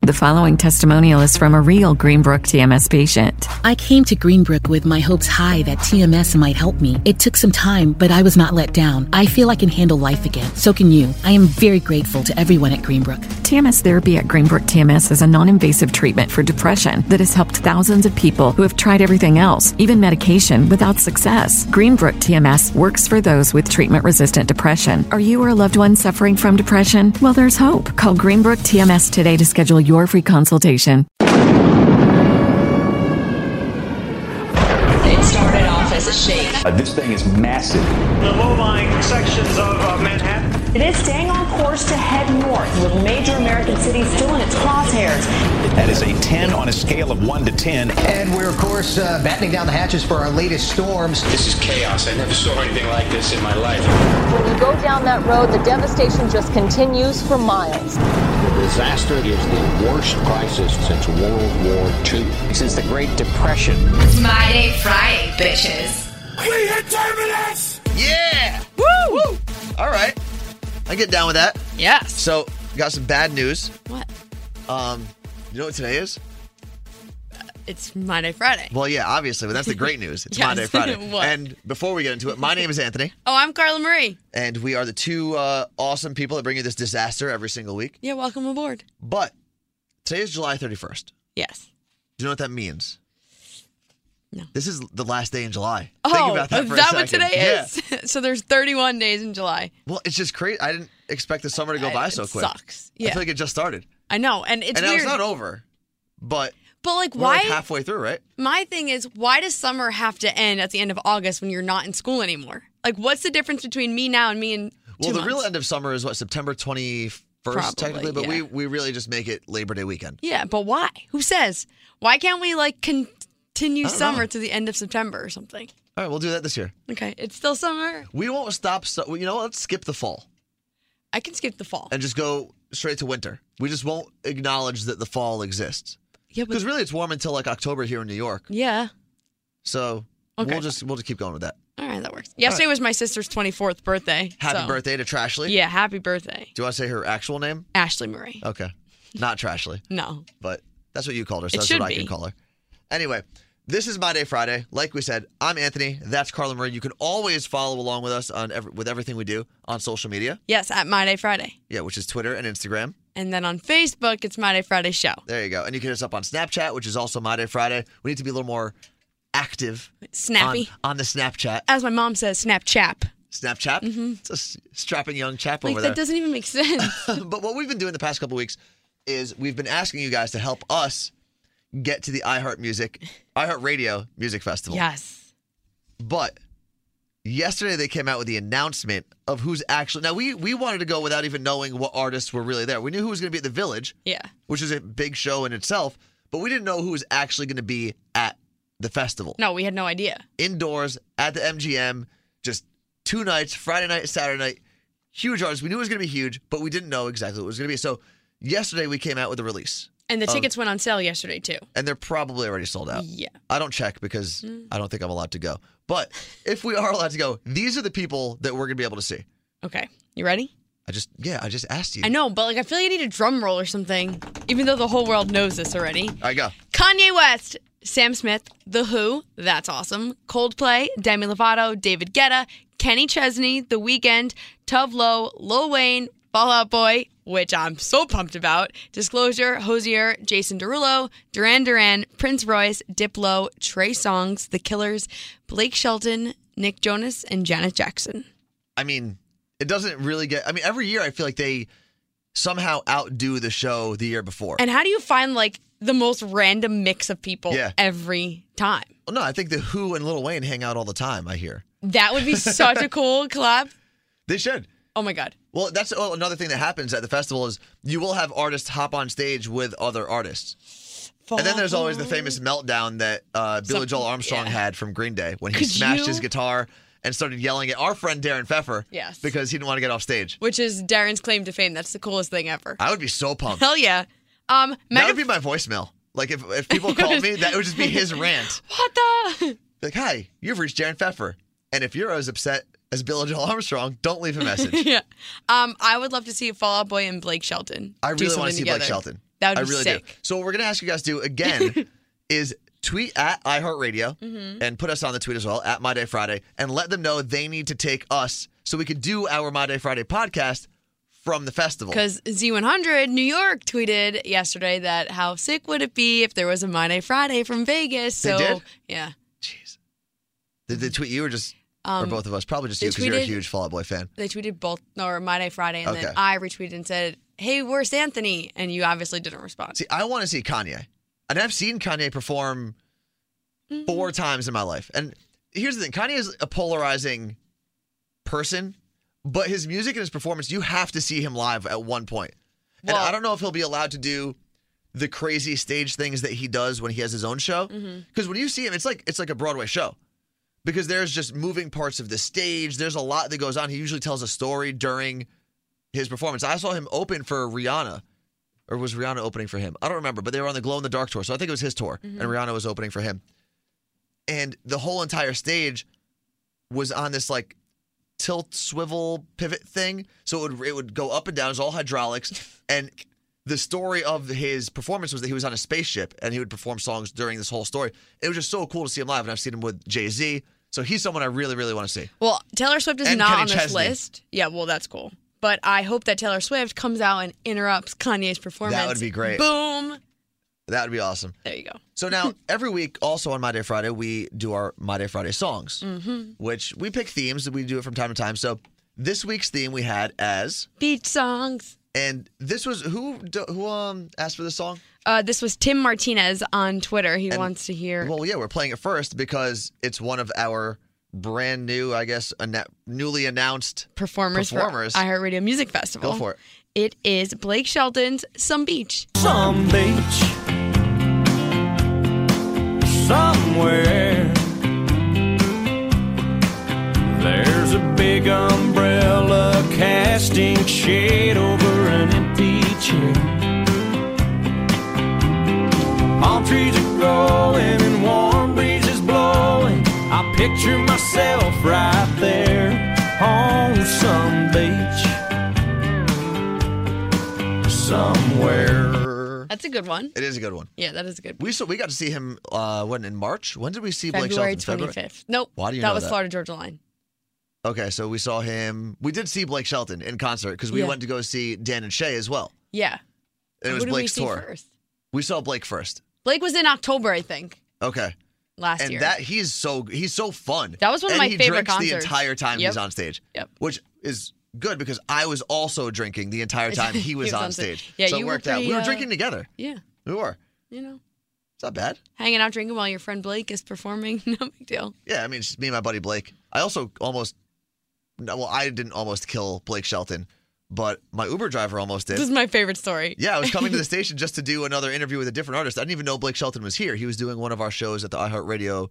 The following testimonial is from a real Greenbrook TMS patient. I came to Greenbrook with my hopes high that TMS might help me. It took some time, but I was not let down. I feel I can handle life again. So can you. I am very grateful to everyone at Greenbrook. TMS therapy at Greenbrook TMS is a non invasive treatment for depression that has helped thousands of people who have tried everything else, even medication, without success. Greenbrook TMS works for those with treatment resistant depression. Are you or a loved one suffering from depression? Well, there's hope. Call Greenbrook TMS today to schedule your free consultation. It started off as a shake. Uh, this thing is massive. the low-lying sections of uh, Manhattan. It is staying on course to head north, with major American cities still in its crosshairs. That is a 10 on a scale of 1 to 10. And we're, of course, uh, battening down the hatches for our latest storms. This is chaos. I never saw anything like this in my life. When you go down that road, the devastation just continues for miles. The disaster is the worst crisis since World War II. Since the Great Depression. It's my day Friday, bitches. We hit terminus! Yeah! Woo! Woo! All right. I get down with that. Yes. So, got some bad news. What? Um, you know what today is? Uh, It's my day Friday. Well, yeah, obviously, but that's the great news. It's Yes. Monday, Friday. What? And before we get into it, my name is Anthony, Oh, I'm Carla Marie. and we are the two uh, awesome people that bring you this disaster every single week. Yeah, welcome aboard. But today is July 31st. Do Yes. you know what that means? No. This is the last day in July. Think Oh, about that is for a that second. what today yeah. is? so there's 31 days in July. Well, it's just crazy. I didn't expect the summer to go I- by it so quick. sucks. Yeah. I feel like it just started. I know, and it's and now weird. it's not over, but but like, we're why? like halfway through, right? my thing is, why does summer have to end at the end of August when you're not in school anymore? Like, what's the difference between me now and me in Well, two the real months? end of summer is what September 21st Probably, technically, but we yeah. we really just make it Labor Day weekend. Yeah, but why? Who says? Why can't we like continue I don't summer know. to the end of September or something? All right, we'll do that this year. Okay, it's still summer. We won't stop. So, well, you know, what? let's skip the fall I can skip the fall. and just go straight to winter. We just won't acknowledge that the fall exists yeah, but because really it's warm until like October here in New York. yeah. So Okay. we'll just we'll just keep going with that. All right, that works. Yesterday was my sister's 24th birthday. Happy so- birthday to Trashley. Yeah, happy birthday. Do you want to say her actual name? Ashley Marie. Okay, not Trashley. No. but that's what you called her, so It that's should what I be. can call her. Anyway, this is My Day Friday. Like we said, I'm Anthony. That's Carla Marie. You can always follow along with us on every, with everything we do on social media. Yes, at My Day Friday. Yeah, which is Twitter and Instagram. And then on Facebook, it's My Day Friday Show. There you go. And you can hit us up on Snapchat, which is also My Day Friday. We need to be a little more active on, Snappy. on the Snapchat. As my mom says, Snapchat. Snapchat? It's a s- strapping young chap Mm-hmm. Like, over that there. doesn't even make sense. but what we've been doing the past couple weeks is we've been asking you guys to help us get to the iHeart Music, iHeart Radio Music Festival. yes. But yesterday they came out with the announcement of who's actually. Now we we wanted to go without even knowing what artists were really there. We knew who was going to be at the Village, Yeah. which is a big show in itself, but we didn't know who was actually going to be at the festival. No, we had no idea. Indoors at the MGM, just two nights, Friday night, Saturday night. Huge artists. We knew it was going to be huge, but we didn't know exactly what it was going to be. So yesterday we came out with a release, And the tickets went on sale yesterday, too. and they're probably already sold out. Yeah. Mm. I don't check because I don't think I'm allowed to go. But if we are allowed to go, these are the people that we're gonna be able to see. Okay. You ready? I just yeah, I just asked you. I know, but like, I feel like I need a drum roll or something, even though the whole world knows this already. All right, go. Kanye West, Sam Smith, The Who, that's awesome. Coldplay, Demi Lovato, David Guetta, Kenny Chesney, The Weeknd, Tove Lo, Lil Wayne, Fallout Boy, which I'm so pumped about. Disclosure, Hosier, Jason Derulo, Duran Duran, Prince Royce, Diplo, Trey Songs, The Killers, Blake Shelton, Nick Jonas, and Janet Jackson. I mean, it doesn't really get. I mean, every year I feel like they somehow outdo the show the year before. And how do you find like the most random mix of people Yeah. every time? Well, no, I think the Who and Lil Wayne hang out all the time. I hear That would be such a cool collab. they should. Oh my god. Well, that's oh, another thing that happens at the festival is you will have artists hop on stage with other artists, and then there's always the famous meltdown that uh, Billy Some- Joel Armstrong yeah. had from Green Day when he Could smashed you- his guitar and started yelling at our friend Darren Pfeffer Yes. because he didn't want to get off stage. which is Darren's claim to fame. That's the coolest thing ever. I would be so pumped. Hell yeah. Um, That Megan, would be my voicemail. Like if, if people called me, that would just be his rant. what the? Like, hi, you've reached Darren Pfeffer, and if you're as upset as Bill Joel Armstrong, don't leave a message. yeah. Um, I would love to see Fall Out Boy and Blake Shelton. I do really want something to see together. Blake Shelton. That would I be really sick. do. So what we're gonna ask you guys to do again is tweet at iHeartRadio Mm-hmm. and put us on the tweet as well at My Day Friday and let them know they need to take us so we can do our My Day Friday podcast from the festival. Because Z100 New York tweeted yesterday that how sick would it be if there was a My Day Friday from Vegas. They So did? yeah, did they tweet you or just or Um, both of us? Probably just they you because you're a tweeted- huge Fall Out Boy fan. they tweeted both or My Day Friday, and then Okay. I retweeted and said, "Hey, where's Anthony?" And you obviously didn't respond. See, I want to see Kanye, and I've seen Kanye perform Mm-hmm. four times in my life. And here's the thing: Kanye is a polarizing person, but his music and his performance—you have to see him live at one point. And I don't know if he'll be allowed to do the crazy stage things that he does when he has his own show. Because Mhm. when you see him, it's like it's like a Broadway show. Because there's just moving parts of the stage. There's a lot that goes on. He usually tells a story during his performance. I saw him open for Rihanna, or was Rihanna opening for him? I don't remember, but they were on the Glow in the Dark tour, so I think it was his tour, and Mhm. Rihanna was opening for him. And the whole entire stage was on this like tilt swivel pivot thing, so it would it would go up and down. It was all hydraulics, and the story of his performance was that he was on a spaceship and he would perform songs during this whole story. It was just so cool to see him live, and I've seen him with Jay Z, so he's someone I really, really want to see. Well, Taylor Swift is And not Kenny on this Chesney. list. Yeah, well, that's cool. But I hope that Taylor Swift comes out and interrupts Kanye's performance. be great. Boom. That would be awesome. There you go. So now every week, also on My Day Friday, we do our My Day Friday songs, Mm-hmm. which we pick themes that we do it from time to time. So this week's theme we had as, Beach songs. and this was who do- who um asked for this song? Uh, this was Tim Martinez on Twitter. He wants to hear. Well, yeah, we're playing it first because it's one of our brand new, I guess, anna- newly announced performers, Performers. for iHeartRadio Music Festival. Go for it. It is Blake Shelton's Some Beach. Some beach somewhere. There's a big umbrella casting shade over an empty chair. Palm trees are growing and warm breezes blowing. I picture myself right there on some beach somewhere. That's a good one. It is a good one. Yeah, that is a good We so we got to see him uh when in March. When did we see Blake February Shelton? 25th. Nope. Why do you that know was that? Florida Georgia Line. Okay, so we saw him. We did see Blake Shelton in concert because we Yeah. went to go see Dan and Shay as well. Yeah. And it was Who did Blake's we see tour. first? We saw Blake first. Blake was in October, I think, Okay. last and year. that he's so he's so fun. That was one of And my he favorite drinks concerts. the entire time Yep. he's on stage. Yep. Which is good because I was also drinking the entire time he was, on stage. Yeah, so you it were worked out. We pretty, were uh, drinking together. yeah, We were. you know, It's not bad. hanging out drinking while your friend Blake is performing. No big deal. Yeah, I mean, it's just me and my buddy Blake. I also almost, no, well, I didn't almost kill Blake Shelton, but my Uber driver almost did. This is my favorite story. Yeah, I was coming to the station just to do another interview with a different artist. I didn't even know Blake Shelton was here. He was doing one of our shows at the iHeartRadio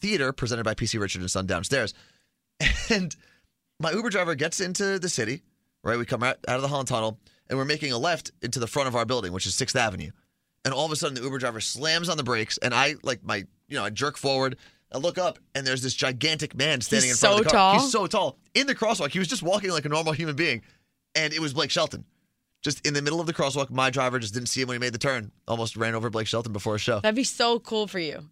Theater presented by PC Richard and Son downstairs. And my Uber driver gets into the city, right? We come out, out of the Holland Tunnel and we're making a left into the front of our building, which is 6th Avenue. And all of a sudden, the Uber driver slams on the brakes and I, like, my, you know, I jerk forward. I look up and there's this gigantic man standing He's in front of so the car. tall. He's so tall. In the crosswalk, he was just walking like a normal human being. And it was Blake Shelton just in the middle of the crosswalk. My driver just didn't see him when he made the turn. Almost ran over Blake Shelton before a show. That'd be so cool for you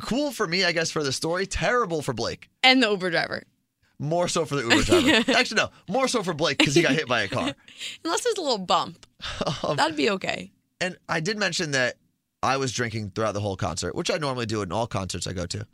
cool for me, I guess, for the story. Terrible for Blake. and the Uber driver. More so for the Uber driver. Actually, no. More so for Blake because he got hit by a car. Unless there's a little bump, Um, that'd be okay. and I did mention that I was drinking throughout the whole concert, which I normally do in all concerts I go to.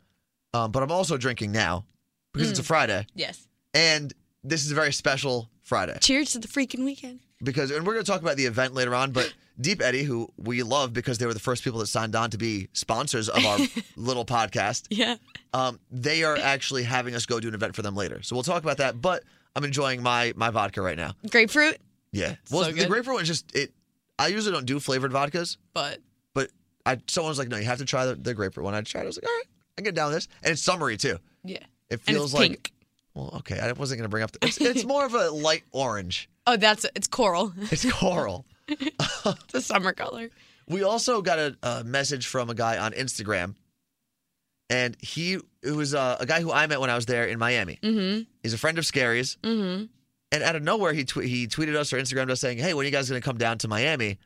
Um, but I'm also drinking now because Mm. it's a Friday, Yes. and this is a very special Friday. Cheers to the freaking weekend. because and we're going to talk about the event later on but deep eddie who we love because they were the first people that signed on to be sponsors of our little podcast Yeah. um, they are actually having us go do an event for them later so we'll talk about that but i'm enjoying my my vodka right now Grapefruit, yeah well so the good. grapefruit one is just it i usually don't do flavored vodkas but but i someone was like no you have to try the, the grapefruit one i tried it. i was like all right i can get down with this and it's summery too yeah. it And it's feels like pink. well okay i wasn't going to bring up the, it's, it's more of a light orange Oh, that's it's coral. it's coral it's a summer color. We also got a, a message from a guy on Instagram, and he it was uh, a guy who I met when I was there in Miami. Mm-hmm. He's a friend of Scary's, Mm-hmm. and out of nowhere he tw- he tweeted us or Instagrammed us saying, "Hey, when are you guys going to come down to Miami?"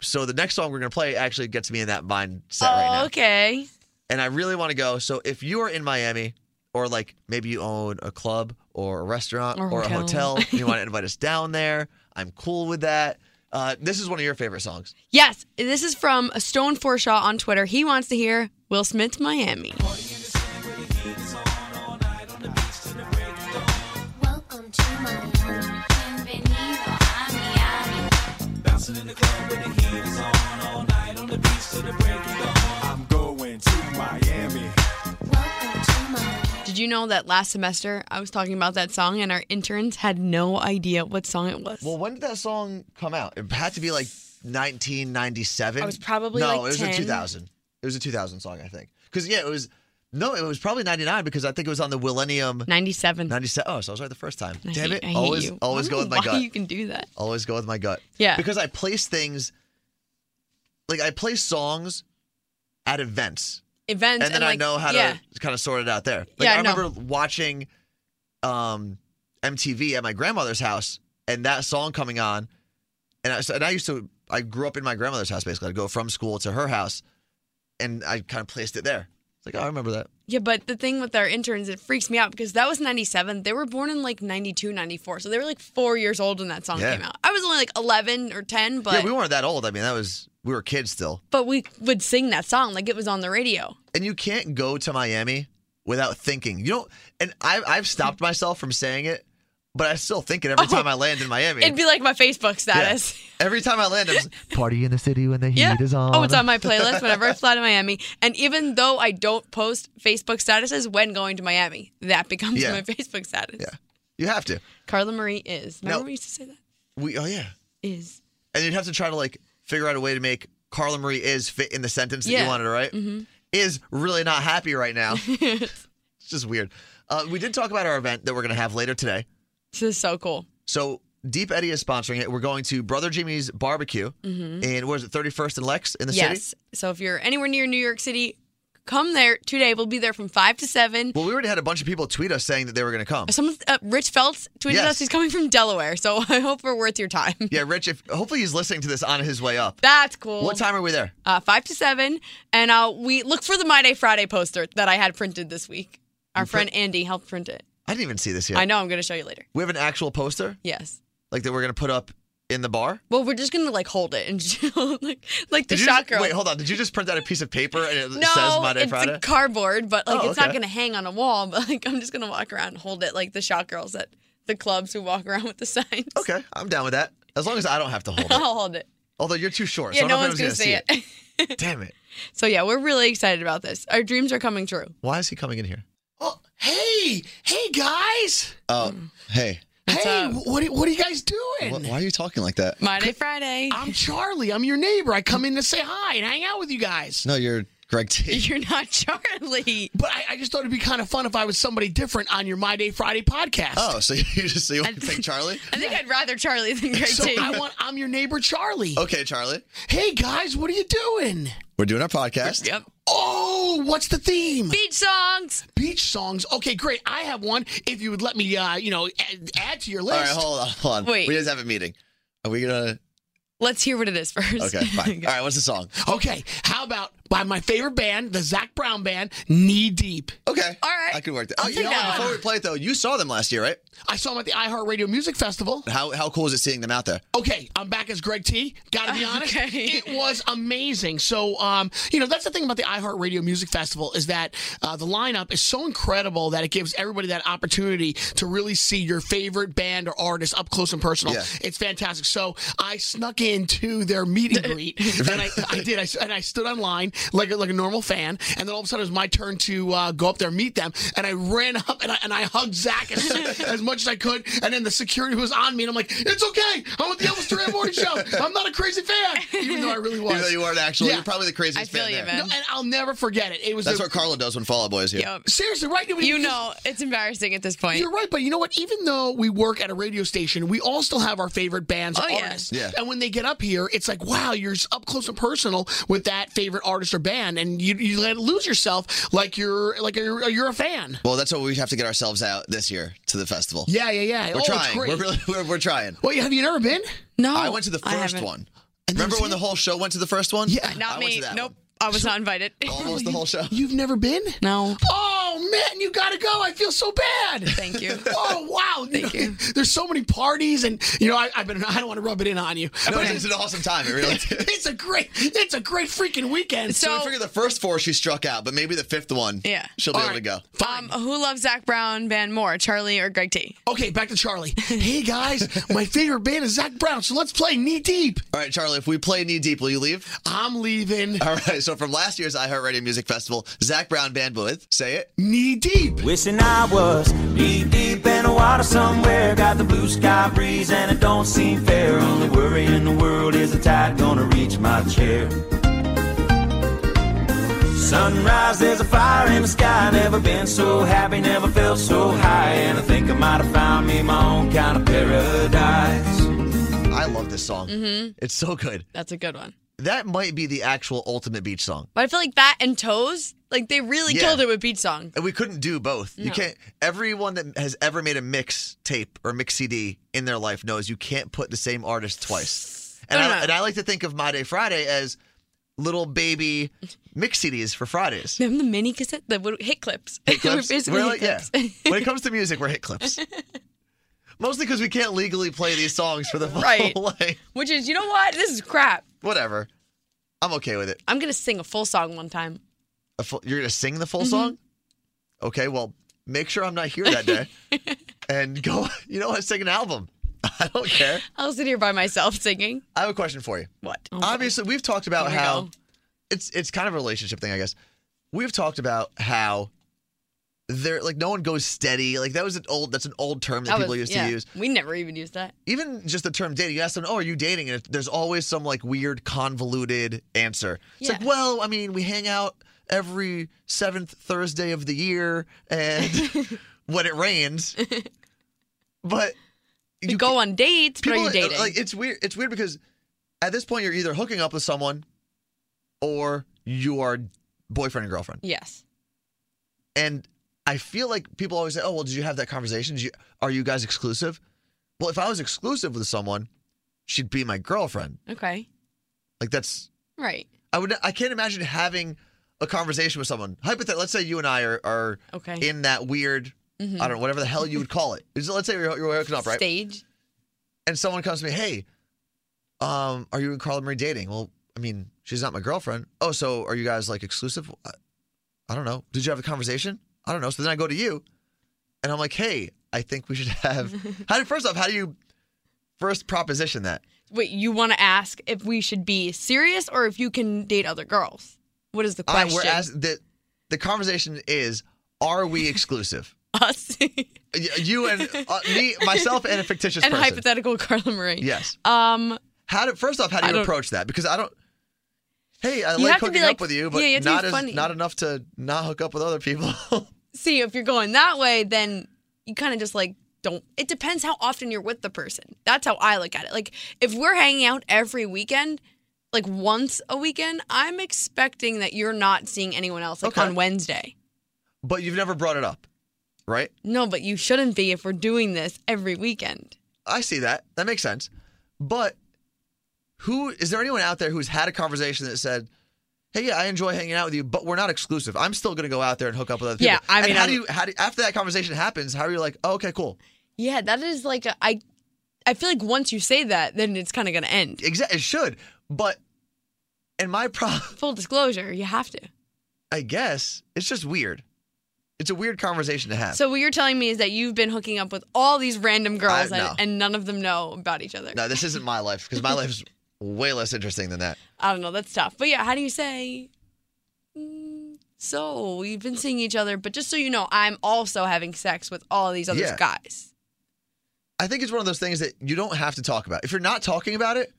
So the next song we're gonna play actually gets me in that mindset right Oh, now. Okay. And I really want to go. So if you are in Miami, or like maybe you own a club or a restaurant Or or, a hotel. hotel, and you want to invite us down there, I'm cool with that. Uh, this is one of your favorite songs. Yes, this is from Stone Forshaw on Twitter. He wants to hear Will Smith Miami. Bouncing in the club with the heat is on all night on the beach till the break of dawn. I'm going to Miami. Did you know that last semester I was talking about that song and our interns had no idea what song it was? Well, when did that song come out? It had to be like 1997. I was probably, no, like, it was a 10. 2000. It was a 2000 song, I think. Because yeah, it was no, it was probably 99 because I think it was on the Millennium 97. 97. Oh, so I was right the first time. I Damn hate- it! I hate always, you. always I go don't with know my why gut. You can do that. Always go with my gut. Yeah. Because I place things like I place songs at events. Events and then like, I know how yeah. to kind of sort it out there. Like Yeah, I no. remember watching um MTV at my grandmother's house and that song coming on and I, so- and I used to I grew up in my grandmother's house basically. I'd go from school to her house and I kind of placed it there. It's like, oh, I remember that. Yeah, but the thing with our interns, it freaks me out because that was 97. They were born in like 92, 94. So they were like four years old when that song Yeah. came out. I was only like 11 or 10, but, yeah, we weren't that old. I mean, that was we were kids still. but we would sing that song like it was on the radio. and you can't go to Miami without thinking. You don't, and I've, I've stopped myself from saying it, but I still think it every time I land in Miami. Oh. It'd be like my Facebook Yeah. status. Every time I land, I'm just, party in the city when the heat Yeah. is on. Oh, it's on my playlist whenever I fly to Miami. And even though I don't post Facebook statuses when going to Miami, that becomes Yeah. my Facebook status. Yeah. you have to. Carla Marie is. Remember No. we used to say that? We oh yeah, Is. and you'd have to try to like figure out a way to make Carla Marie is fit in the sentence that Yeah. Mm-hmm. you wanted to write. Is really not happy right now. it's just weird. Uh, we did talk about our event that we're gonna have later today. This is so cool. So Deep Eddie is sponsoring it. We're going to Brother Jimmy's Barbecue, Mhm. and where's it? Thirty first and Lex in the yes. city. So if you're anywhere near New York City, come there today. We'll be there from 5 to 7. Well, we already had a bunch of people tweet us saying that they were going to come. Someone, uh, Rich Feltz tweeted Yes. us. He's coming from Delaware. So I hope we're worth your time. Yeah, Rich. If hopefully he's listening to this on his way up. That's cool. What time are we there? Uh, 5 to 7. And uh, we look for the My Day Friday poster that I had printed this week. Our You friend print- Andy helped print it. I didn't even see this yet. I know. I'm going to show you later. We have an actual poster, Yes. like that we're going to put up in the bar. Well, we're just gonna like hold it and just, like like the Did you shot just- girl. Wait, hold on. Did you just print out a piece of paper and it No, says Monday it's Friday? a cardboard, but like Oh, it's not okay. gonna hang on a wall. But like I'm just gonna walk around and hold it like the shot girls at the clubs who walk around with the signs. okay, I'm down with that. As long as I don't have to hold it. I'll hold it. Although you're too short, yeah, so I no don't one's know gonna if see it. anyone's going to see it. Damn it! so yeah, we're really excited about this. Our dreams are coming true. Why is he coming in here? Oh, hey, hey guys. Oh, hey. hey, wh- what are, what are you guys doing? Wh- why are you talking like that? Monday, Friday. I'm Charlie. I'm your neighbor. I come in to say hi and hang out with you guys. No, you're Greg T. You're not Charlie. But I, I just thought it'd be kind of fun if I was somebody different on your My Day Friday podcast. Oh, so you just so you want to take Charlie? I think I'd rather Charlie than Greg so T. I want I'm your neighbor Charlie. Okay, Charlie. Hey guys, what are you doing? We're doing our podcast. Yep. Oh, what's the theme? Beach songs. Beach songs. Okay, great. I have one. If you would let me, uh, you know, add, add to your All right, list. hold on, hold on. Wait. We just have a meeting. Are we gonna? Let's hear what it is first. Okay, fine. All right, what's the song? Okay, how about by my favorite band, the Zach Brown Band, Knee Deep. Okay. All right. I could work that. I'll Oh, take you know, that what? one. before we play it though, you saw them last year, right? I saw him at the iHeartRadio Music Festival. How how cool is it seeing them out there? Oh, Okay, I'm back as Greg T. Gotta be honest, Okay. it was amazing. So, um, you know, that's the thing about the iHeartRadio Music Festival is that uh, the lineup is so incredible that it gives everybody that opportunity to really see your favorite band or artist up close and personal. Yeah. It's fantastic. So I snuck into their meet and greet, and I, I did. I, s- and I stood online like a, like a normal fan, and then all of a sudden it was my turn to uh, go up there and meet them, and I ran up and I, and I hugged Zach as, as much as I could, and then the security was on me, and I'm like, it's okay, I'm with the Elvis Duran Morning Show, I'm not a crazy fan, even though I really was. Even though you aren't actually, Yeah. you're probably the I craziest feel fan you, there. man. No, and I'll never forget it. It was That's the- what Carla does when Fall Out Boy is here. Yep. seriously right. It was- You know, it's embarrassing at this point. You're right, but you know what? Even though we work at a radio station, we all still have our favorite bands or Oh, yeah. artists. Yeah. And when they get up here, it's like, wow, you're s- up close and personal with that favorite artist or band, and you you let lose yourself like you're like you're, you're a fan. Well, that's what we have to get ourselves out this year to the festival. Yeah, yeah, yeah. We're oh, It's trying. great. We're really we're, we're trying. Wait, have you never been? No, I went to the I first haven't. one. Remember when the whole show went to the first one? Yeah, Not I went me. to that Nope. I was not invited. Almost the whole show. You've never been? No. Oh man, you gotta go. I feel so bad. Thank you. oh wow. Thank you. There's so many parties, and you know I, I've been. I don't want to rub it in on you. No, but it's, it's an awesome time. It really. it's a great. It's a great freaking weekend. so I figure the first four she struck out, but maybe the fifth one. Yeah. She'll be able to go. Um, who loves Zach Brown band more, Charlie or Greg T? Okay, back to Charlie. hey guys, my favorite band is Zach Brown, so let's play Knee Deep. All right, Charlie, if we play Knee Deep, will you leave? I'm leaving. All right, so from last year's iHeartRadio Music Festival, Zach Brown band with, say it. Knee Deep. Wishing I was knee deep in the water somewhere. Got the blue sky breeze and it don't seem fair. Only worry in the world is the tide gonna reach my chair. Sunrise, there's a fire in the sky. Never been so happy, never felt so high. And I think I might have found me my own kind of paradise. I love this song. Mhm. It's so good. That's a good one. That might be the actual ultimate beach song. But I feel like that and Toes, like they really Yeah. killed it with Beach Song. And we couldn't do both. You No. can't. Everyone that has ever made a mix tape or mix CD in their life knows you can't put the same artist twice. And, Oh, No, no, I, no. and I like to think of My Day Friday as little baby mix CDs for Fridays. Remember the mini cassette, the what- hit clips. Hit They were clips. basically We're like- hit yeah. clips. When it comes to music, we're hit clips. Mostly because we can't legally play these songs for the full Right. life. Which is, you know what? This is crap. Whatever. I'm okay with it. I'm gonna sing a full song one time. A full, you're gonna sing the full Mm-hmm. song? Okay, well, make sure I'm not here that day, and go. You know what? Sing an album. I don't care. I'll sit here by myself singing. I have a question for you. What? Obviously, we've talked about Here we how go. it's it's kind of a relationship thing, I guess. We've talked about how there like no one goes steady. Like that was an old that's an old term that, That people was- used yeah. to use. We never even used that. Even just the term dating, you ask them, "Oh, are you dating?" And it, there's always some like weird convoluted answer. It's like, Yeah. "Well, I mean, we hang out every seventh Thursday of the year, and when it rains." But We go on dates, but are you dating? uh, like it's weird. It's weird because at this point you're either hooking up with someone or you are boyfriend and girlfriend. yes. And I feel like people always say, "Oh, well, did you have that conversation? Did you, are you guys exclusive?" Well, if I was exclusive with someone, she'd be my girlfriend. Okay. Like that's Right. I would I can't imagine having a conversation with someone. Hypothetically, let's say you and I are are Okay. in that weird Mhm. I don't know whatever the hell you would call it. So Let's say you're, you're hooking up, right? Stage. and someone comes to me, hey, um, are you and Carla Marie dating? Well, I mean, she's not my girlfriend. Oh, so are you guys like exclusive? I, I don't know. Did you have a conversation? I don't know. So then I go to you, and I'm like, hey, I think we should have. How do first off? How do you first proposition that? Wait, you want to ask if we should be serious or if you can date other girls? What is the I, question? we're asked the the conversation is, are we exclusive? Us Y- you and uh, me, myself, and a fictitious and person. hypothetical Carla Marie. yes. Um, How do first off? How I do you don't- approach that? Because I don't. Hey, I You like have to be hooking like- up with you, but yeah, you have to be not funny. as not enough to not hook up with other people. see, if you're going that way, then you kind of just like don't. It depends how often you're with the person. That's how I look at it. Like if we're hanging out every weekend, like once a weekend, I'm expecting that you're not seeing anyone else like Okay. on Wednesday. but you've never brought it up, right? No, but you shouldn't be if we're doing this every weekend. I see that. That makes sense. But who is there anyone out there who's had a conversation that said, "Hey, yeah, I enjoy hanging out with you, but we're not exclusive. I'm still going to go out there and hook up with other people." Yeah, I And mean, how I'm- do you how do after that conversation happens? How are you like, oh, "Okay, cool." Yeah, that is like a, I. I feel like once you say that, then it's kind of going to end. Exactly. It should, but and my problem Full disclosure, you have to. I guess it's just weird. It's a weird conversation to have. So what you're telling me is that you've been hooking up with all these random girls I- no. and, and none of them know about each other. no, this isn't my life because my life's way less interesting than that. I don't know. That's tough. But yeah, how do you say? "Mm, So we've been seeing each other, but just so you know, I'm also having sex with all these other Yeah. guys. I think it's one of those things that you don't have to talk about. If you're not talking about it,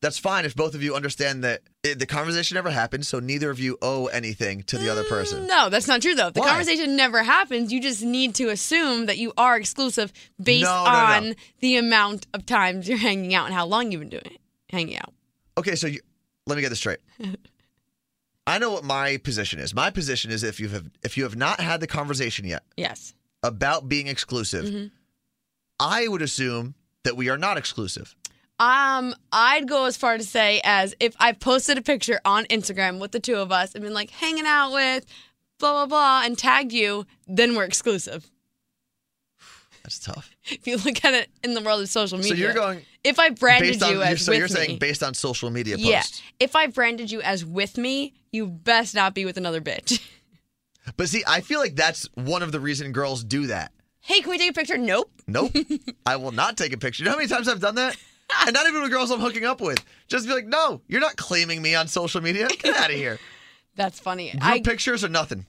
that's fine. If both of you understand that it, the conversation never happened, so neither of you owe anything to the other person. Mm, No, that's not true though. If The Why? conversation never happens. You just need to assume that you are exclusive based No, no, no. on the amount of times you're hanging out and how long you've been doing it, hanging out. Okay, so you, let me get this straight. I know what my position is. My position is if you have if you have not had the conversation yet Yes. about being exclusive, Mhm. I would assume that we are not exclusive. Um, I'd go as far to say as if I posted a picture on Instagram with the two of us and been like hanging out with blah blah blah and tagged you, then we're exclusive. That's tough. If you look at it in the world of social media, so you're going. If I branded based on, you as so with you're me, saying based on social media posts. yeah. If I branded you as with me, you best not be with another bitch. But see, I feel like that's one of the reason girls do that. hey, can we take a picture? Nope. Nope, I will not take a picture. You know how many times I've done that? And not even with girls I'm hooking up with. Just be like, no, you're not claiming me on social media. Get out of here. That's funny. Group I pictures or nothing.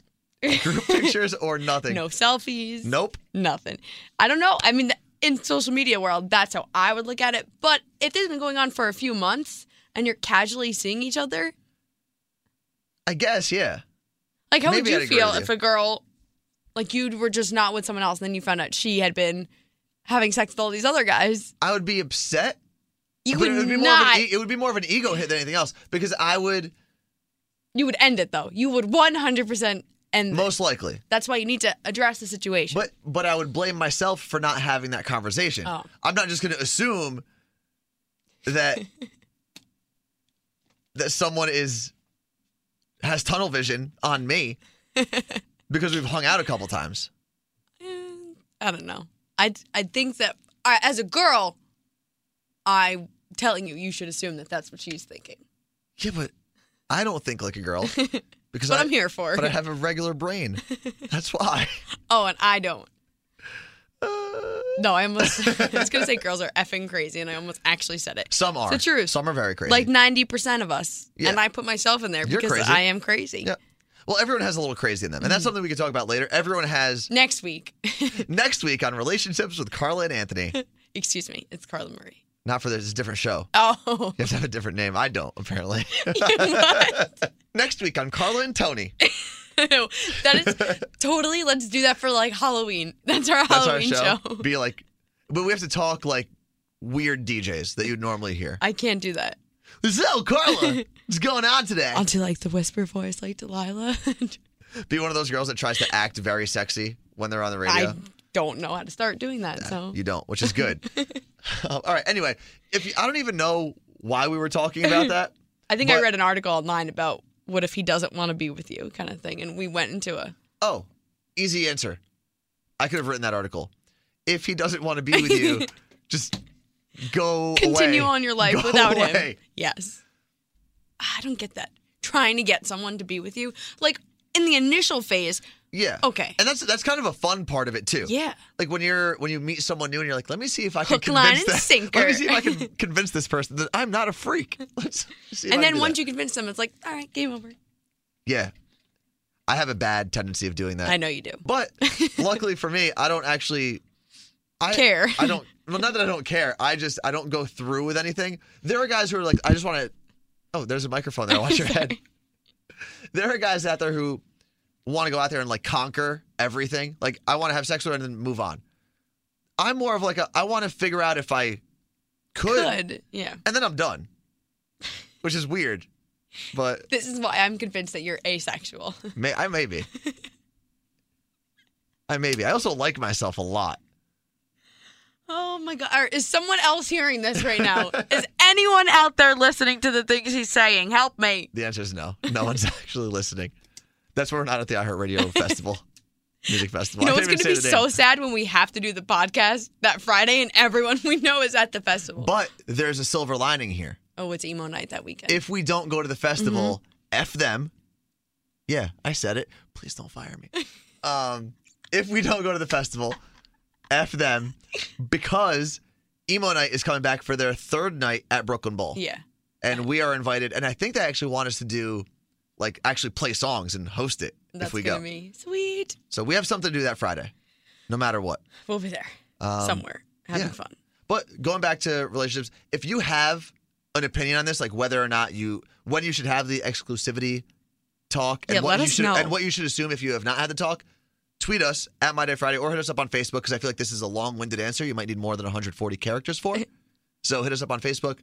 Group pictures or nothing. no selfies. Nope. Nothing. I don't know. I mean, th- in social media world, that's how I would look at it. But if this has been going on for a few months and you're casually seeing each other, I guess, yeah. like how Maybe would I'd you agree feel with you. if a girl, like you were just not with someone else, and then you found out she had been having sex with all these other guys? I would be upset. You but would it would be more of not. an, e- it would be more of an ego hit than anything else because I would You would end it though. You would 100% end. it. most likely. That's why you need to address the situation. But but I would blame myself for not having that conversation. Oh. I'm not just going to assume that that someone is has tunnel vision on me because we've hung out a couple times. I don't know. I I think that I, as a girl, I telling you you should assume that that's what she's thinking. Yeah, but I don't think like a girl because What I, I'm here for. But I have a regular brain. That's why. Oh, and I don't. Uh. No, I almost. I was gonna say girls are effing crazy, and I almost actually said it. Some are. It's the truth. Some are very crazy. Like ninety percent of us, Yeah. and I put myself in there You're because crazy. I am crazy. Yeah. Well, everyone has a little crazy in them, and Mm. that's something we can talk about later. Everyone has Next week, next week on relationships with Carla and Anthony. excuse me, it's Carla Marie. Not for this; it's a different show. Oh, You have to have a different name. I don't, apparently. You Next week on Carla and Tony. that is totally. Let's do that for like Halloween. That's our That's our Halloween show. Be like, but we have to talk like weird DJs that you'd normally hear. I can't do that. So, Carla, what's going on today? I'll do like the whisper voice, like Delilah. Be one of those girls that tries to act very sexy when they're on the radio. I don't know how to start doing that. So You don't, which is good. Um, all right. Anyway, if you, I don't even know why we were talking about that. I think I but- read an article online about what if he doesn't want to be with you, kind of thing, and we went into a. Oh, easy answer. I could have written that article. If he doesn't want to be with you, just go continue away. on your life Go without him. away. Yes. I don't get that. Trying to get someone to be with you. Like in the initial phase, Yeah. Okay. And that's that's kind of a fun part of it too. Yeah. Like when you're when you meet someone new and you're like, let me see if I can Hook, convince line, and that- sinker. Let me see if I can convince this person that I'm not a freak. Let's see. If and I can then do once that. you convince them, it's like, all right, game over. yeah, I have a bad tendency of doing that. I know you do. But luckily for me, I don't actually I, Care. I don't. Well, not that I don't care. I just I don't go through with anything. There are guys who are like, I just want to. Oh, there's a microphone there. Watch your head. There are guys out there who want to go out there and like conquer everything. Like I want to have sex with her and then move on. I'm more of like a I want to figure out if I could, Good. Yeah. and then I'm done, which is weird. But This is why I'm convinced that you're asexual. May I may be. I may be. I also like myself a lot. Oh my God. Are- Is someone else hearing this right now? is anyone out there listening to the things he's saying? Help me. The answer is no. No one's actually listening. That's why we're not at the iHeartRadio Festival, music festival. You know I it's can't even going to be say the so name. sad when we have to do the podcast that Friday and everyone we know is at the festival. But there's a silver lining here. oh, it's emo night that weekend. If we don't go to the festival, Mm-hmm. f them. Yeah, I said it. Please don't fire me. Um, if we don't go to the festival, f them, because emo night is coming back for their third night at Brooklyn Bowl. yeah. and we are invited. And I think they actually want us to do, like, actually play songs and host it That's if we gonna go. be sweet. So we have something to do that Friday, no matter what. We'll be there Um, somewhere having yeah. fun. But going back to relationships, if you have an opinion on this, like whether or not you when you should have the exclusivity talk and Yeah, what let you us should know. and what you should assume if you have not had the talk, tweet us at My Day Friday or hit us up on Facebook because I feel like this is a long-winded answer. You might need more than 140 characters for. so hit us up on Facebook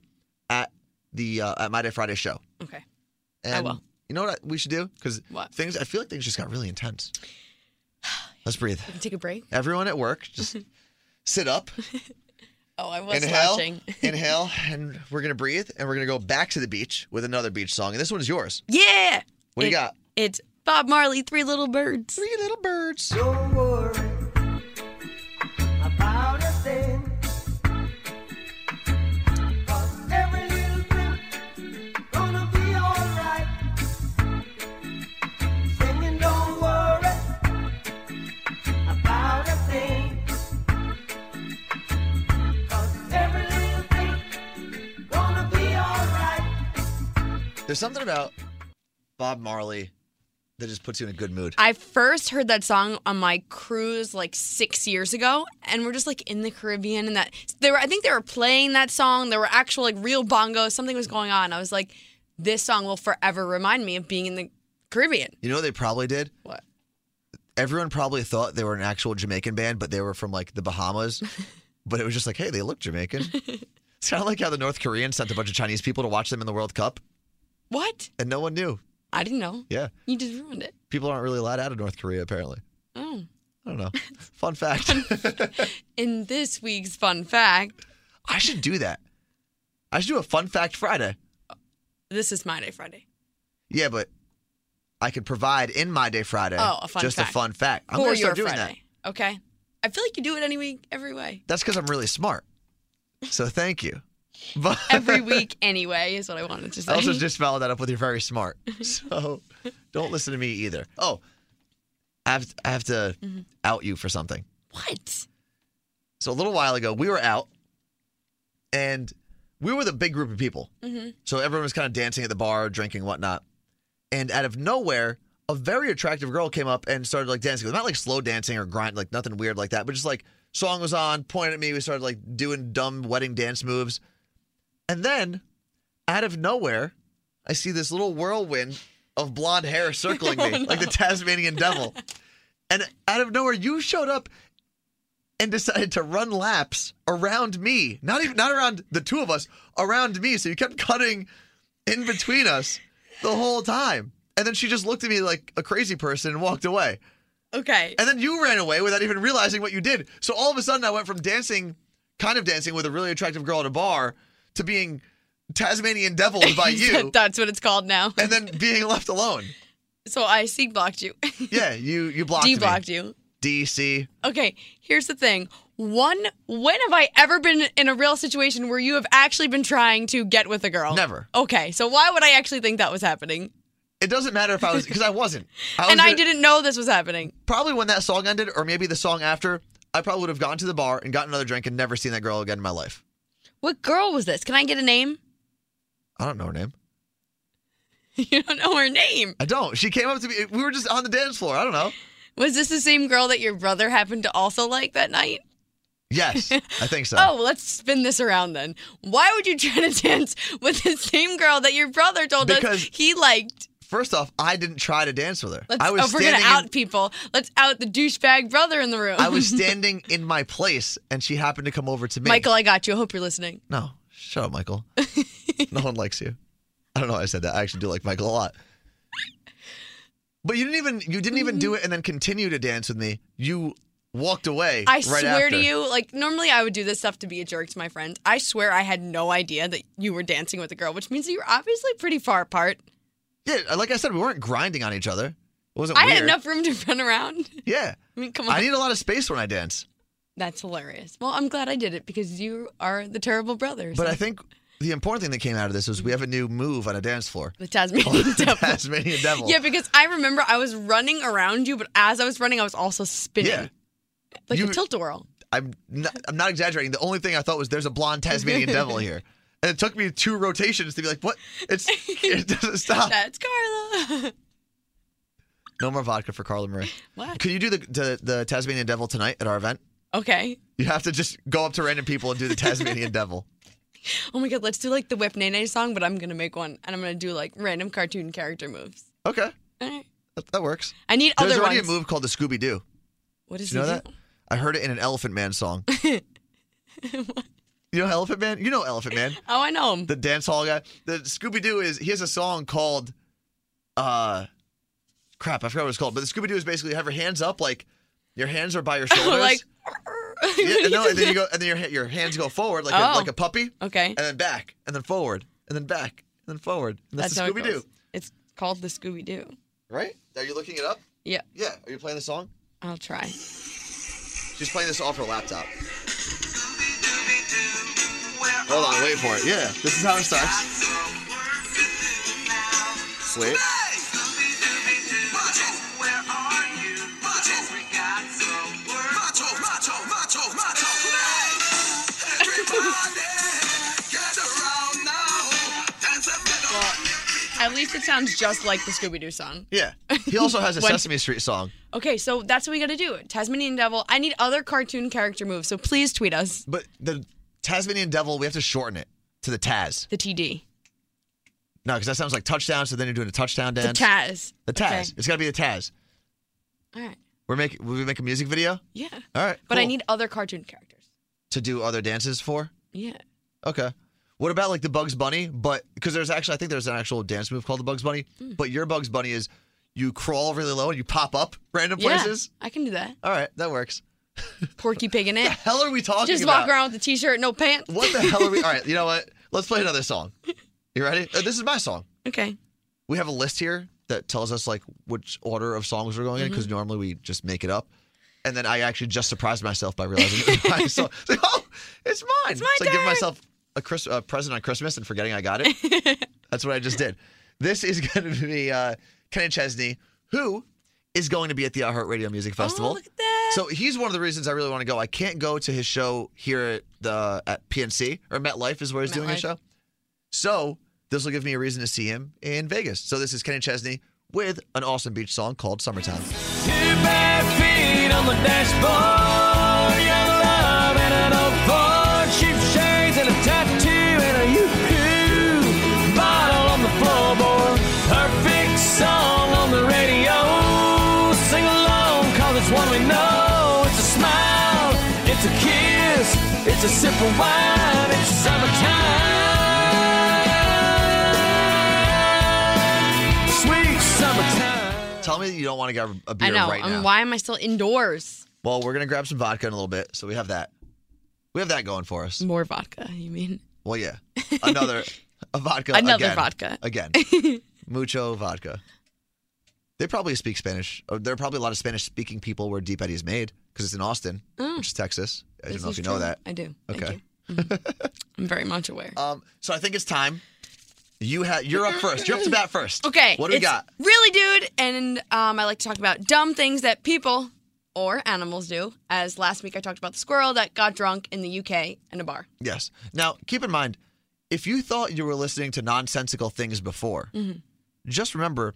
at the uh, at My Day Friday show. Okay. And will. You know what we should do? Because Oh, What? things, I feel like things just got really intense. Let's breathe. We can take a break. Everyone at work, just sit up. Oh, I was inhale, watching. inhale, and we're gonna breathe, and we're gonna go back to the beach with another beach song. And this one is yours. Yeah. What do you It- got? It's Bob Marley, Three Little Birds. Three little birds. Don't worry about a thing. 'Cause every little thing gonna be alright. Singing, don't worry about a thing. 'Cause every little thing gonna be alright. There's something about Bob Marley that just puts you in a good mood. I first heard that song on my cruise like six years ago, and we're just like in the Caribbean, and that they were. I think they were playing that song. There were actual like real bongos. Something was going on. I was like, this song will forever remind me of being in the Caribbean. You know what they probably did? What? Everyone probably thought they were an actual Jamaican band, but they were from like the Bahamas. but it was just like, hey, they look Jamaican. it's kind of like how the North Koreans sent a bunch of Chinese people to watch them in the World Cup, What? and no one knew. I didn't know. Yeah. You just ruined it. People aren't really allowed out of North Korea, apparently. Oh. I don't know. Fun fact. In this week's fun fact, I should do that. I should do a Fun Fact Friday. this is my day Friday. Yeah, but I could provide in my day Friday Oh, a fun just fact. a fun fact. I'm For gonna start your doing that. Friday. Okay. I feel like you do it any week, every way. That's because I'm really smart. So thank you. But Every week, anyway, is what I wanted to say. I also just followed that up with you're very smart. So don't listen to me either. Oh, I have I have to Mhm. out you for something. What? So a little while ago, we were out, and we were the big group of people. Mm-hmm. So everyone was kind of dancing at the bar, drinking, whatnot. And out of nowhere, a very attractive girl came up and started like dancing. Not like slow dancing or grind, like nothing weird like that, but just like song was on, pointed at me. We started like doing dumb wedding dance moves. And then out of nowhere, I see this little whirlwind of blonde hair circling me, Oh, no. like the Tasmanian devil. and out of nowhere, you showed up and decided to run laps around me. Not even not around the two of us, around me. So you kept cutting in between us the whole time. And then she just looked at me like a crazy person and walked away. Okay. And then you ran away without even realizing what you did. So all of a sudden I went from dancing, kind of dancing with a really attractive girl at a bar to being Tasmanian deviled by you That's what it's called now. and then being left alone. So I C blocked you. Yeah, you you blocked D me. blocked you. DC. Okay, here's the thing. One, when have I ever been in a real situation where you have actually been trying to get with a girl? Never. Okay, so why would I actually think that was happening? It doesn't matter if I was because I wasn't. I was and I gonna- didn't know this was happening. probably when that song ended, or maybe the song after, I probably would have gone to the bar and gotten another drink and never seen that girl again in my life. What girl was this? Can I get a name? I don't know her name. You don't know her name. I don't. She came up to me. We were just on the dance floor. I don't know. Was this the same girl that your brother happened to also like that night? Yes, I think so. Oh, well, let's spin this around then. Why would you try to dance with the same girl that your brother told Because- us he liked? First off, I didn't try to dance with her. Let's, I was oh, we're gonna standing. out in, people. Let's out the douchebag brother in the room. I was standing in my place, and she happened to come over to me. Michael, I got you. I hope you're listening. No, shut up, Michael. no one likes you. I don't know why I said that. I actually do like Michael a lot. But you didn't even you didn't even Mm-hmm. do it and then continue to dance with me. You walked away. I right swear after. to you, like normally I would do this stuff to be a jerk to my friends. I swear I had no idea that you were dancing with a girl, which means that you were obviously pretty far apart. Yeah, uh, like I said, we weren't grinding on each other. It wasn't I weird. had enough room to run around. Yeah. I mean, come on. I need a lot of space when I dance. That's hilarious. Well, I'm glad I did it because you are the terrible brothers. But I think the important thing that came out of this was we have a new move on a dance floor. Oh, the Tasmanian devil. Tasmanian devil. Yeah, because I remember I was running around you, but as I was running, I was also spinning Yeah. like You- a tilt a whirl. I'm not, I'm not exaggerating. The only thing I thought was there's a blonde Tasmanian devil here. And it took me two rotations to be like, what? It's it doesn't stop. That's Carla. No more vodka for Carla Marie. What? Could you do the, the the Tasmanian devil tonight at our event? okay. You have to just go up to random people and do the Tasmanian devil. Oh my god, let's do like the Whip Nene song, but I'm gonna make one and I'm gonna do like random cartoon character moves. Okay, All right. that, that works. I need There's other already ones. a move called the Scooby Doo. What is you know the that? I heard it in an Elephant Man song. You know Elephant Man? You know Elephant Man, Oh, I know him. the dance hall guy. The Scooby Doo is he has a song called, uh, crap, I forgot what it's called. But the Scooby Doo is basically you have your hands up like, your hands are by your shoulders, like Yeah, no, and then you go, and then your ha- your hands go forward like Oh. a, like a puppy. Okay. And then back, and then forward, and then back, and then forward. And that's, how the it Scooby Doo, goes. It's called the Scooby Doo. right? Are you looking it up? Yeah, Yeah. Are you playing the song? I'll try. She's playing this off her laptop. Hold on, wait for it. Yeah, this is how it starts. Wait. Well, at least it sounds just like the Scooby Doo song. Yeah. He also has a When- Sesame Street song. Okay, so that's what we got to do. Tasmanian Devil. I need other cartoon character moves, so please tweet us But the Tasmanian Devil, we have to shorten it to the Taz. the TD. No, because that sounds like touchdown, so then you're doing a touchdown The dance. Taz. The Taz. It's got to be the Taz. All right. We're making, will we make a music video? Yeah. All right. But I cool. need other cartoon characters. to do other dances for? Yeah. Okay. What about like the Bugs Bunny? But because there's actually, I think there's an actual dance move called the Bugs Bunny. Hmm. But your Bugs Bunny is you crawl really low and you pop up random yeah, places. I can do that. All right, that works. Porky Pig in it. the hell are we talking Just about? walk around with a T-shirt, no pants. What the hell are we? All right, you know what? Let's play another song. You ready? Uh, This is my song. Okay. We have a list here that tells us like which order of songs we're going in Mm-hmm. because normally we just make it up. And then I actually just surprised myself by realizing it was my song. It's like, oh, it's mine. It's my so I give turn. myself a, Chris, a present on Christmas and forgetting I got it. That's what I just did. This is going to be uh, Kenny Chesney, who is going to be at the iHeartRadio Music Festival. Oh, look at that. So he's one of the reasons I really want to go. I can't go to his show here at the at PNC or MetLife is where he's doing his MetLife. show. So this will give me a reason to see him in Vegas. So this is Kenny Chesney with an awesome beach song called Summertime. Two bare feet on the dashboard. Young love and an old Ford. Cheap shades and a tattoo and a yoo-hoo. Bottle on the floorboard. Perfect song on the radio. Sing along, cause it's one we know. It's a smile, it's a kiss, it's a sip of wine, it's summertime. Sweet summertime. Tell me that you don't want to grab a beer I know. right I mean, now. why am I still indoors? Well, we're gonna grab some vodka in a little bit, so we have that. We have that going for us. More vodka. You mean? Well, yeah, another a vodka. Another again. vodka. again. Mucho vodka. They probably speak Spanish. Or there are probably a lot of Spanish-speaking people where Deep Eddie's made because it's in Austin, Mm. which is Texas. I This don't know if is you true. know that. I do. Thank Uh, Okay. you. I'm very much aware. Um, so I think it's time. You ha- you're up first. You're up to bat first. Okay. What do we it's got? Really, dude. And um, I like to talk about dumb things that people or animals do. As last week, I talked about the squirrel that got drunk in the UK in a bar. Yes. Now keep in mind, if you thought you were listening to nonsensical things before, Mm-hmm. just remember,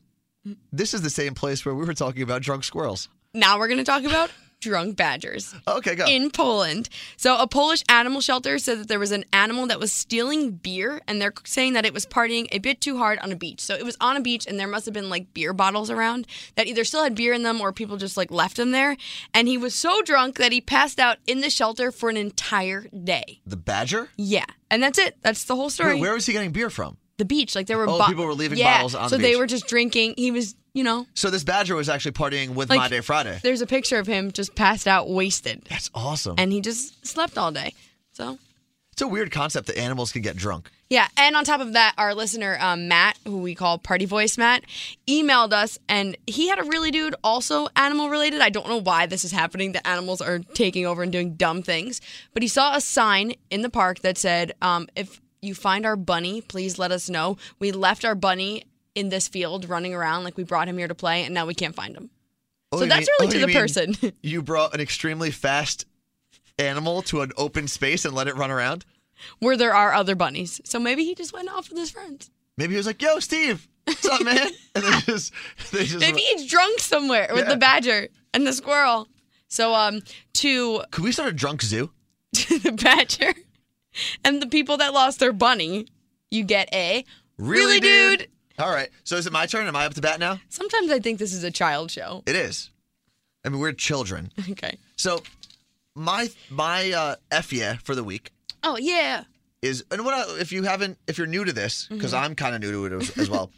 this is the same place where we were talking about drunk squirrels. Now we're going to talk about drunk badgers. Okay, go. In Poland. So, a Polish animal shelter said that there was an animal that was stealing beer, and they're saying that it was partying a bit too hard on a beach. So, it was on a beach, and there must have been like beer bottles around that either still had beer in them or people just like left them there. And he was so drunk that he passed out in the shelter for an entire day. the badger. Yeah. And that's it. That's the whole story. Wait, where was he getting beer from? the beach. Like, there were Oh, bo- people were leaving yeah, bottles on So, the they beach. were just drinking. He was, you know, So this badger was actually partying with Like- My Day Friday. there's a picture of him just passed out wasted. That's awesome. and he just slept all day. So it's a weird concept that animals can get drunk. yeah, and on top of that, our listener um, Matt, who we call Party Voice Matt, emailed us, and he had a really dude also animal related. I don't know why this is happening. The animals are taking over and doing dumb things, but he saw a sign in the park that said, um, "If you find our bunny, please let us know. We left our bunny." In this field, running around like we brought him here to play, and now we can't find him. Oh, So you that's mean- really oh, to you the mean person. You brought an extremely fast animal to an open space and let it run around. Where there are other bunnies, so maybe he just went off with his friends. Maybe he was like, "Yo, Steve, what's up, man?" And they just, they just. Maybe he's drunk somewhere with Yeah. the badger and the squirrel. So um to Could we start a drunk zoo? to the badger and the people that lost their bunny, you get a Really, dude? All right. So is it my turn? Am I up to bat now? Sometimes I think this is a child show. It is. I mean, we're children. Okay. So my my uh, f yeah for the week Oh yeah. is and what I, if you haven't if you're new to this because Mhm. I'm kind of new to it as, as well.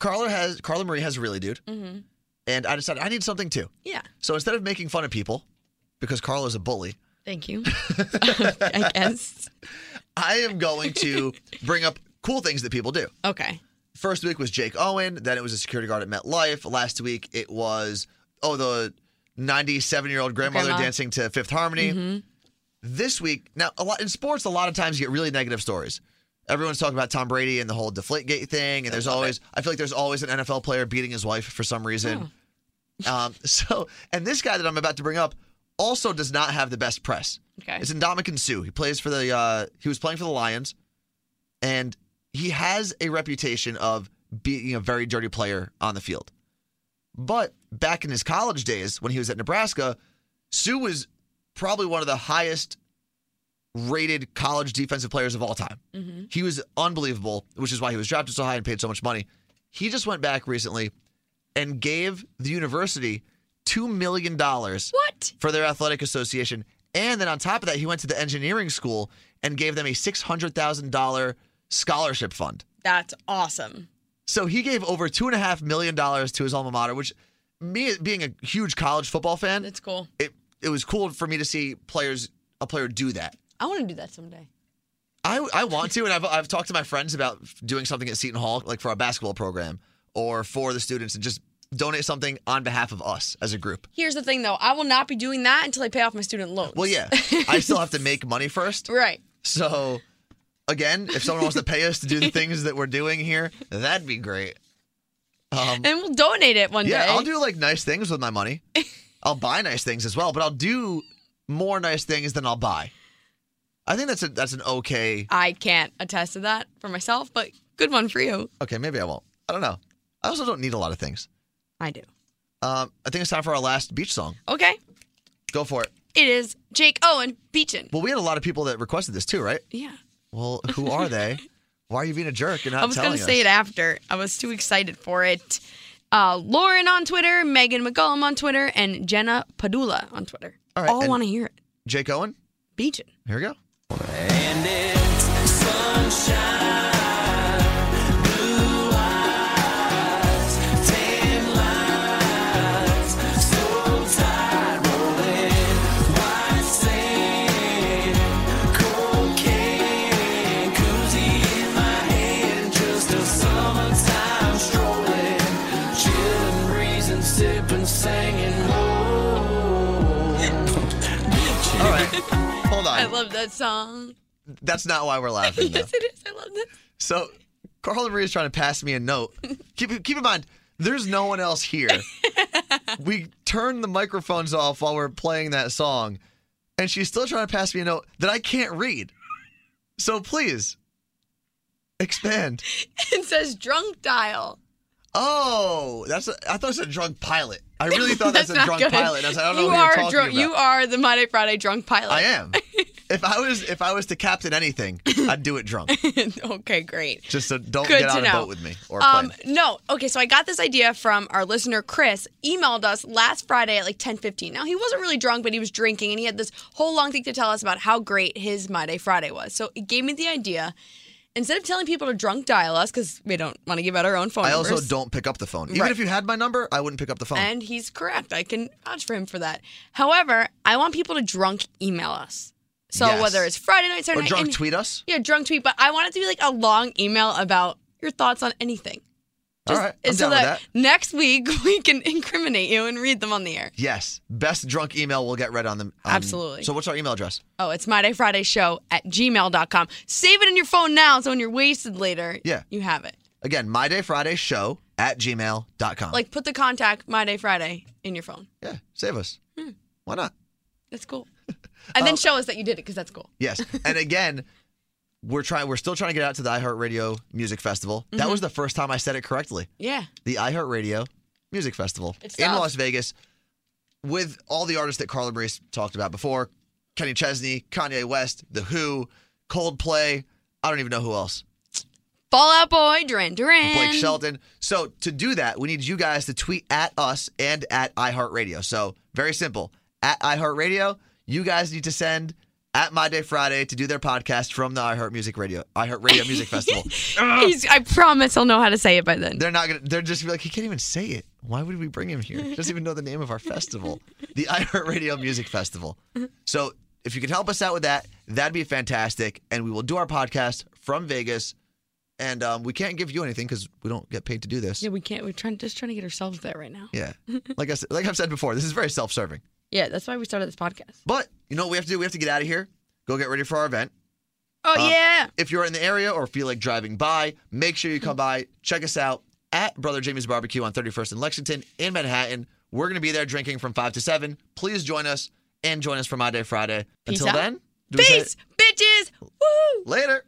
Carla has Carla Marie has really dude, Mhm. and I decided I need something too. Yeah. So instead of making fun of people, because Carl is a bully. Thank you. I guess. I am going to bring up cool things that people do. Okay. First week was Jake Owen. Then it was a security guard at MetLife. Last week it was oh the 97 year old grandmother Grandma. dancing to Fifth Harmony. Mhm. This week now a lot in sports a lot of times you get really negative stories. Everyone's talking about Tom Brady and the whole Deflategate thing, and there's always I feel like there's always an NFL player beating his wife for some reason. Um, so and this guy that I'm about to bring up also does not have the best press. Okay. It's Indomitian Sue. He plays for the uh, he was playing for the Lions and he has a reputation of being a very dirty player on the field. But back in his college days, when he was at Nebraska, Sue was probably one of the highest rated college defensive players of all time. Mhm. He was unbelievable, which is why he was drafted so high and paid so much money. He just went back recently and gave the university $2 million what? for their athletic association. And then on top of that, he went to the engineering school and gave them a $600,000 scholarship fund. That's awesome. So he gave over two and a half million dollars to his alma mater, which me being a huge college football fan, it's cool. It it was cool for me to see players a player do that. I want to do that someday. I I want to, and I've I've talked to my friends about doing something at Seton Hall, like for our basketball program or for the students, and just donate something on behalf of us as a group. Here's the thing, though. I will not be doing that until I pay off my student loans. Well, yeah, I still have to make money first, Right. So again, if someone wants to pay us to do the things that we're doing here, that'd be great. Um, And we'll donate it one yeah, day. I'll do like nice things with my money. I'll buy nice things as well, but I'll do more nice things than I'll buy. I think that's a that's an okay. I can't attest to that for myself, but good one for you. Okay, maybe I won't. I don't know. I also don't need a lot of things. I do. Um, I think it's time for our last beach song. Okay. Go for it. It is Jake Owen Beaton. Well, we had a lot of people that requested this too, right? Yeah. Well, who are they? Why are you being a jerk and not I was telling going us? to say it after. I was too excited for it. Uh, Lauren on Twitter, Megan McGollum on Twitter, and Jenna Padula on Twitter. All All right, and- want to hear it. Jake Owen. Beachin. Here we go. And it's sunshine, blue eyes, tan lines, so tight rolling, white sand, cocaine, koozie in my hand, just a summertime strolling, chilling, breezing, sipping, singing, whoa. All right, hold on. I love that song. That's not why we're laughing. though. yes, it is. I love that. So Carl and Maria's trying to pass me a note. keep keep in mind, there's no one else here. we turned the microphones off while we're playing that song, and she's still trying to pass me a note that I can't read. So please expand. It says drunk dial. Oh, that's a, I thought it said drunk pilot. I really thought that's, a not drunk good. pilot. and I, was like, I don't know you who are you're a talking drunk. about. You are the Monday Friday drunk pilot. I am. if I was if I was to captain anything, I'd do it drunk. okay, great. Just so don't Good get to on a know. boat with me or a plane. Um, no, okay. So I got this idea from our listener Chris. Emailed us last Friday at like ten fifteen. Now he wasn't really drunk, but he was drinking, and he had this whole long thing to tell us about how great his My Day Friday was. So it gave me the idea. Instead of telling people to drunk dial us because we don't want to give out our own phone I numbers. also don't pick up the phone. Even Right. if you had my number, I wouldn't pick up the phone. And he's correct. I can vouch for him for that. However, I want people to drunk email us. So Yes. whether it's Friday night, Saturday or night, drunk and- tweet us. Yeah, drunk tweet. But I want it to be like a long email about your thoughts on anything. All right, I'm so down with that, that. next week we can incriminate you and read them on the air. Yes, best drunk email will get read on them. on- Absolutely. So what's our email address? Oh, it's my day Friday show at gmail.com. Save it in your phone now so when you're wasted later, Yeah. you have it. Again, my day Friday show at gmail.com. Like put the contact my day Friday in your phone. yeah, save us. Hmm. Why not? That's cool. And Uh, then show us that you did it because that's cool. Yes. And again, we're trying. We're still trying to get out to the iHeartRadio Music Festival. That Mhm. was the first time I said it correctly. Yeah. The iHeartRadio Music Festival It's in tough. Las Vegas, with all the artists that Carla Maurice talked about before: Kenny Chesney, Kanye West, The Who, Coldplay. I don't even know who else. Fallout Boy, Duran Duran. Blake Shelton. So to do that, we need you guys to tweet at us and at iHeartRadio. So very simple. At iHeartRadio, you guys need to send at My Day Friday to do their podcast from the iHeart Music Radio iHeart Radio Music Festival. He's, I promise I'll know how to say it by then. They're not gonna. They're just gonna be like he can't even say it. Why would we bring him here? He doesn't even know the name of our festival, the iHeart Radio Music Festival. So if you could help us out with that, that'd be fantastic. And we will do our podcast from Vegas. And um, we can't give you anything because we don't get paid to do this. Yeah, we can't. We're trying just trying to get ourselves there right now. Yeah. Like I s- like I've said before, this is very self-serving. Yeah, that's why we started this podcast. But you know what we have to do? We have to get out of here. Go get ready for our event. Oh Um, yeah. If you're in the area or feel like driving by, make sure you come by. Check us out at Brother Jamie's Barbecue on 31st and Lexington in Manhattan. We're going to be there drinking from 5 to 7. Please join us and join us for My Day Friday. Peace Until out. then, do we say Peace, bitches. Woo. later.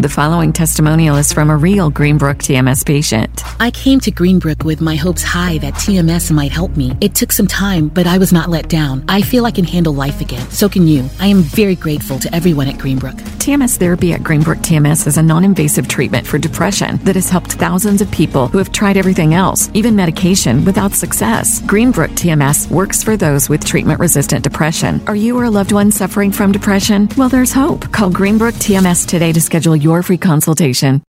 The following testimonial is from a real Greenbrook TMS patient. I came to Greenbrook with my hopes high that TMS might help me. It took some time, but I was not let down. I feel I can handle life again. So can you. I am very grateful to everyone at Greenbrook. TMS therapy at Greenbrook TMS is a non invasive treatment for depression that has helped thousands of people who have tried everything else, even medication, without success. Greenbrook TMS works for those with treatment resistant depression. Are you or a loved one suffering from depression? Well, there's hope. Call Greenbrook TMS today to schedule your free consultation.